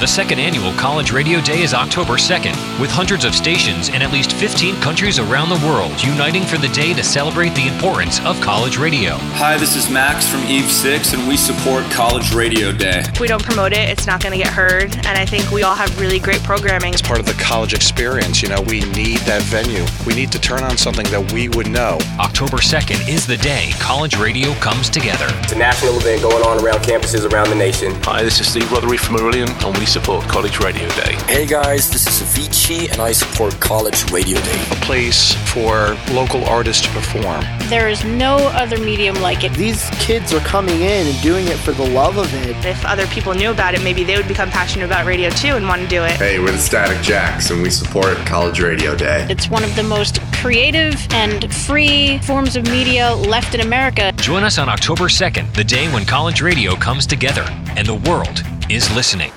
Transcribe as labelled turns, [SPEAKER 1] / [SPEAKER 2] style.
[SPEAKER 1] The second annual College Radio Day is October 2nd, with hundreds of stations in at least 15 countries around the world uniting for the day to celebrate the importance of college radio.
[SPEAKER 2] Hi, this is Max from Eve 6, and we support College Radio Day.
[SPEAKER 3] If we don't promote it, it's not going to get heard, and I think we all have really great programming.
[SPEAKER 4] It's part of the college experience. You know, we need that venue. We need to turn on something that we would know.
[SPEAKER 1] October 2nd is the day college radio comes together.
[SPEAKER 5] It's a national event going on around campuses around the nation.
[SPEAKER 6] Hi, this is Steve Rothery from Meridian, and we support College Radio Day.
[SPEAKER 7] Hey guys, this is Avicii, and I support College Radio Day.
[SPEAKER 4] A place for local artists to perform.
[SPEAKER 8] There is no other medium like it.
[SPEAKER 9] These kids are coming in and doing it for the love of it.
[SPEAKER 3] If other people knew about it, maybe they would become passionate about radio too and want to do it.
[SPEAKER 10] Hey, we're the Static Jacks, and we support College Radio Day.
[SPEAKER 8] It's one of the most creative and free forms of media left in America.
[SPEAKER 1] Join us on October 2nd, the day when college radio comes together and the world is listening.